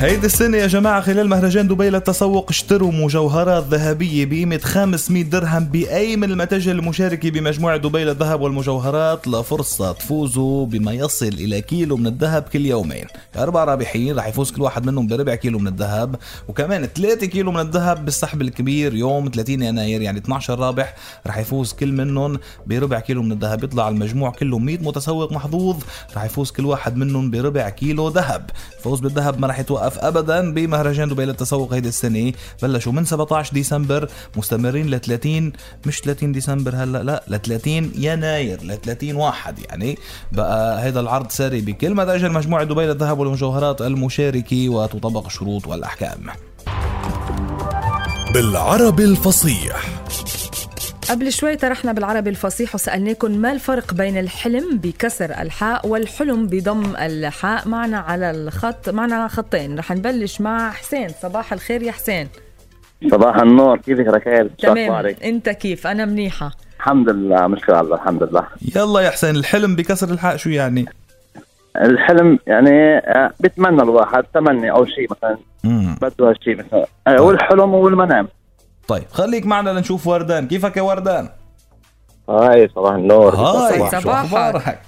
هيدي السنة يا جماعة خلال مهرجان دبي للتسوق اشتروا مجوهرات ذهبية بقيمة 500 درهم بأي من المتاجر المشاركة بمجموعة دبي للذهب والمجوهرات لفرصة تفوزوا بما يصل إلى كيلو من الذهب كل يومين أربع رابحين رح يفوز كل واحد منهم بربع كيلو من الذهب وكمان 3 كيلو من الذهب بالسحب الكبير يوم 30 يناير يعني 12 رابح رح يفوز كل منهم بربع كيلو من الذهب يطلع المجموع كله 100 متسوق محظوظ رح يفوز كل واحد منهم بربع كيلو ذهب الفوز بالذهب ما رح يتوقف ابدا بمهرجان دبي للتسوق هيدي السنه بلشوا من 17 ديسمبر مستمرين ل 30 مش 30 ديسمبر هلا لا ل 30 يناير ل 30 واحد يعني بقى هيدا العرض ساري بكل متاجر مجموعه دبي للذهب والمجوهرات المشاركه وتطبق الشروط والاحكام بالعربي الفصيح قبل شوي طرحنا بالعربي الفصيح وسألناكم ما الفرق بين الحلم بكسر الحاء والحلم بضم الحاء معنا على الخط معنا على خطين رح نبلش مع حسين صباح الخير يا حسين صباح النور كيفك ركال؟ شو تمام أخبارك؟ انت كيف انا منيحة الحمد لله مشكور على الله الحمد لله يلا يا حسين الحلم بكسر الحق شو يعني الحلم يعني آه، بيتمنى الواحد تمني او شيء مثلا مم. بده هالشيء مثلا آه، والحلم والمنام طيب خليك معنا لنشوف وردان كيفك يا وردان هاي صباح النور هاي شو صباحك. اخبارك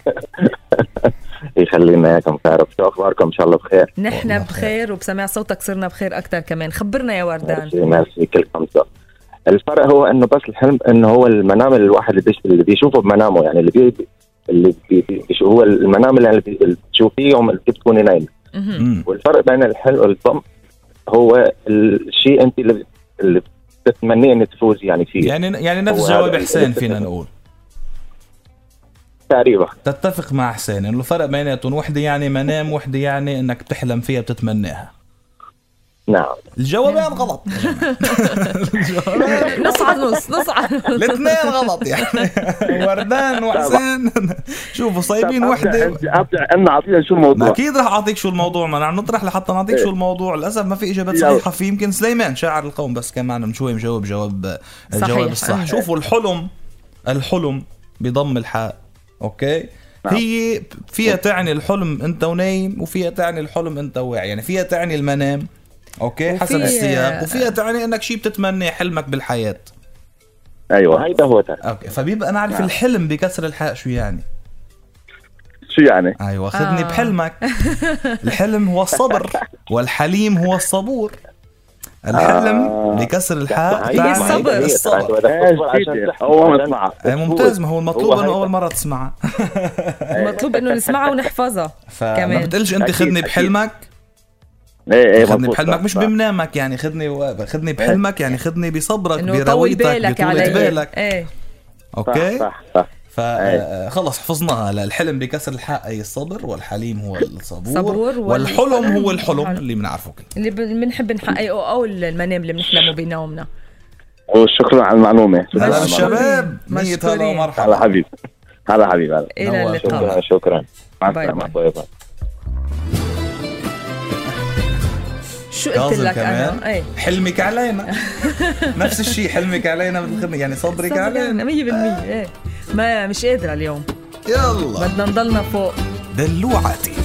يخلينا اياكم تعرف شو اخباركم ان شاء الله بخير نحن والله بخير وبسمع صوتك صرنا بخير اكثر كمان خبرنا يا وردان ميرسي ميرسي كلكم سوا الفرق هو انه بس الحلم انه هو المنام اللي الواحد اللي, بيش اللي بيشوفه بمنامه يعني اللي بي اللي بي بيش- هو المنام اللي يعني بي- اللي بتشوفيه يوم اللي بتكوني نايم مهم. مم. والفرق بين الحلم والضم هو الشيء انت اللي اللي بتتمنيه انك تفوزي يعني فيه يعني يعني نفس هو جواب هذا. حسين فينا نقول تقريبا تتفق مع حسين انه الفرق بيناتهم وحده يعني منام وحده يعني انك بتحلم فيها بتتمناها نعم الجوابين غلط يا جماعة. الجوابين نص على نص نص على نص الاثنين غلط يعني وردان وحسين شوفوا صايبين طب وحده ابدا ابدا انا اعطينا شو الموضوع اكيد رح اعطيك شو الموضوع ما نحن نطرح لحتى نعطيك شو الموضوع للاسف ما في اجابات صحيحه فيه يمكن سليمان شاعر القوم بس كان معنا من شوي مجاوب جواب الجواب صحيح. الصح شوفوا الحلم الحلم بضم الحاء اوكي هي فيها تعني الحلم انت ونايم وفيها تعني الحلم انت واعي يعني فيها تعني المنام اوكي حسب وفي- السياق وفيها تعني انك شيء بتتمنى حلمك بالحياه ايوه أيوة. هيدا هو تعرف. اوكي فبيبقى انا عارف الحلم بكسر الحاء شو يعني شو يعني؟ ايوه خذني آه. بحلمك الحلم هو الصبر والحليم هو الصبور الحلم بكسر الحاء هيدا- هي تعني الصبر. هيدا هي تعرف. الصبر بدك تصبر يا عشان سيدي، تحكي، اول ما عشان- اسمعها آه، ممتاز ما هو المطلوب هو انه هيدا. اول مره تسمعها المطلوب انه نسمعها ونحفظها فما كمان. بتقلش انت أكيد، خذني أكيد. بحلمك إيه، ايه ايه خذني مضبوط، بحلمك صح، مش آه. صح. بمنامك يعني خذني و- خذني بحلمك يعني خذني بصبرك انه طول برويتك بالك بطولة علي بالك ايه اوكي صح صح فخلص حفظناها هلا الحلم بكسر الحاء اي الصبر والحليم هو الصبور صبور والحلم هو الحلم والحلم. اللي بنعرفه كلنا اللي بنحب نحققه او المنام اللي بنحلمه بنومنا وشكرا على المعلومه شكراً على هلا المعلومة. الشباب مية هلا مشكورين. هلا ومرحبا حبيبي هلا حبيبي هلا الى نور، اللقاء شكرا شكرا مع طيب. باي السلامه باي. باي باي شو قلت كاظم لك كمان. انا؟ ايه حلمك علينا نفس الشيء حلمك علينا مثل خدمة- يعني صبرك صدق علينا أنا 100% ايه إيه. ما مش قادرة اليوم يلا بدنا نضلنا فوق دلوعتي